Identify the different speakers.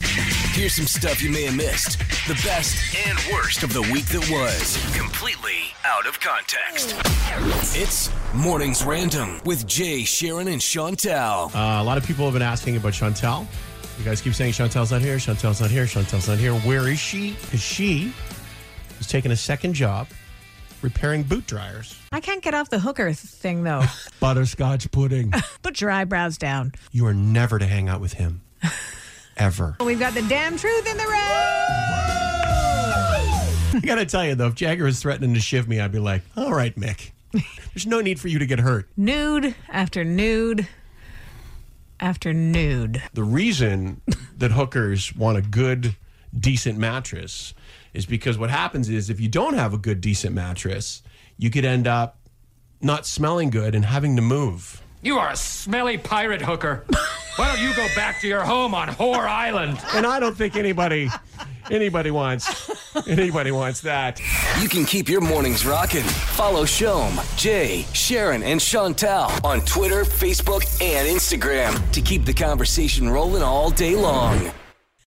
Speaker 1: Here's some stuff you may have missed the best and worst of the week that was, completely out of context. It's Mornings Random with Jay, Sharon, and Chantel.
Speaker 2: Uh, a lot of people have been asking about Chantel. You guys keep saying Chantel's not here, Chantel's not here, Chantel's not here. Where is she? Because she is taking a second job repairing boot dryers.
Speaker 3: I can't get off the hooker thing though.
Speaker 2: Butterscotch pudding.
Speaker 3: Put your eyebrows down.
Speaker 2: you are never to hang out with him. Ever.
Speaker 3: We've got the damn truth in the room.
Speaker 2: I got to tell you, though, if Jagger was threatening to shiv me, I'd be like, all right, Mick. There's no need for you to get hurt.
Speaker 3: Nude after nude after nude.
Speaker 2: the reason that hookers want a good, decent mattress is because what happens is if you don't have a good, decent mattress, you could end up not smelling good and having to move.
Speaker 4: You are a smelly pirate hooker. Why don't you go back to your home on Whore Island?
Speaker 2: And I don't think anybody, anybody wants, anybody wants that.
Speaker 1: You can keep your mornings rocking. Follow Shom, Jay, Sharon, and Chantel on Twitter, Facebook, and Instagram to keep the conversation rolling all day long.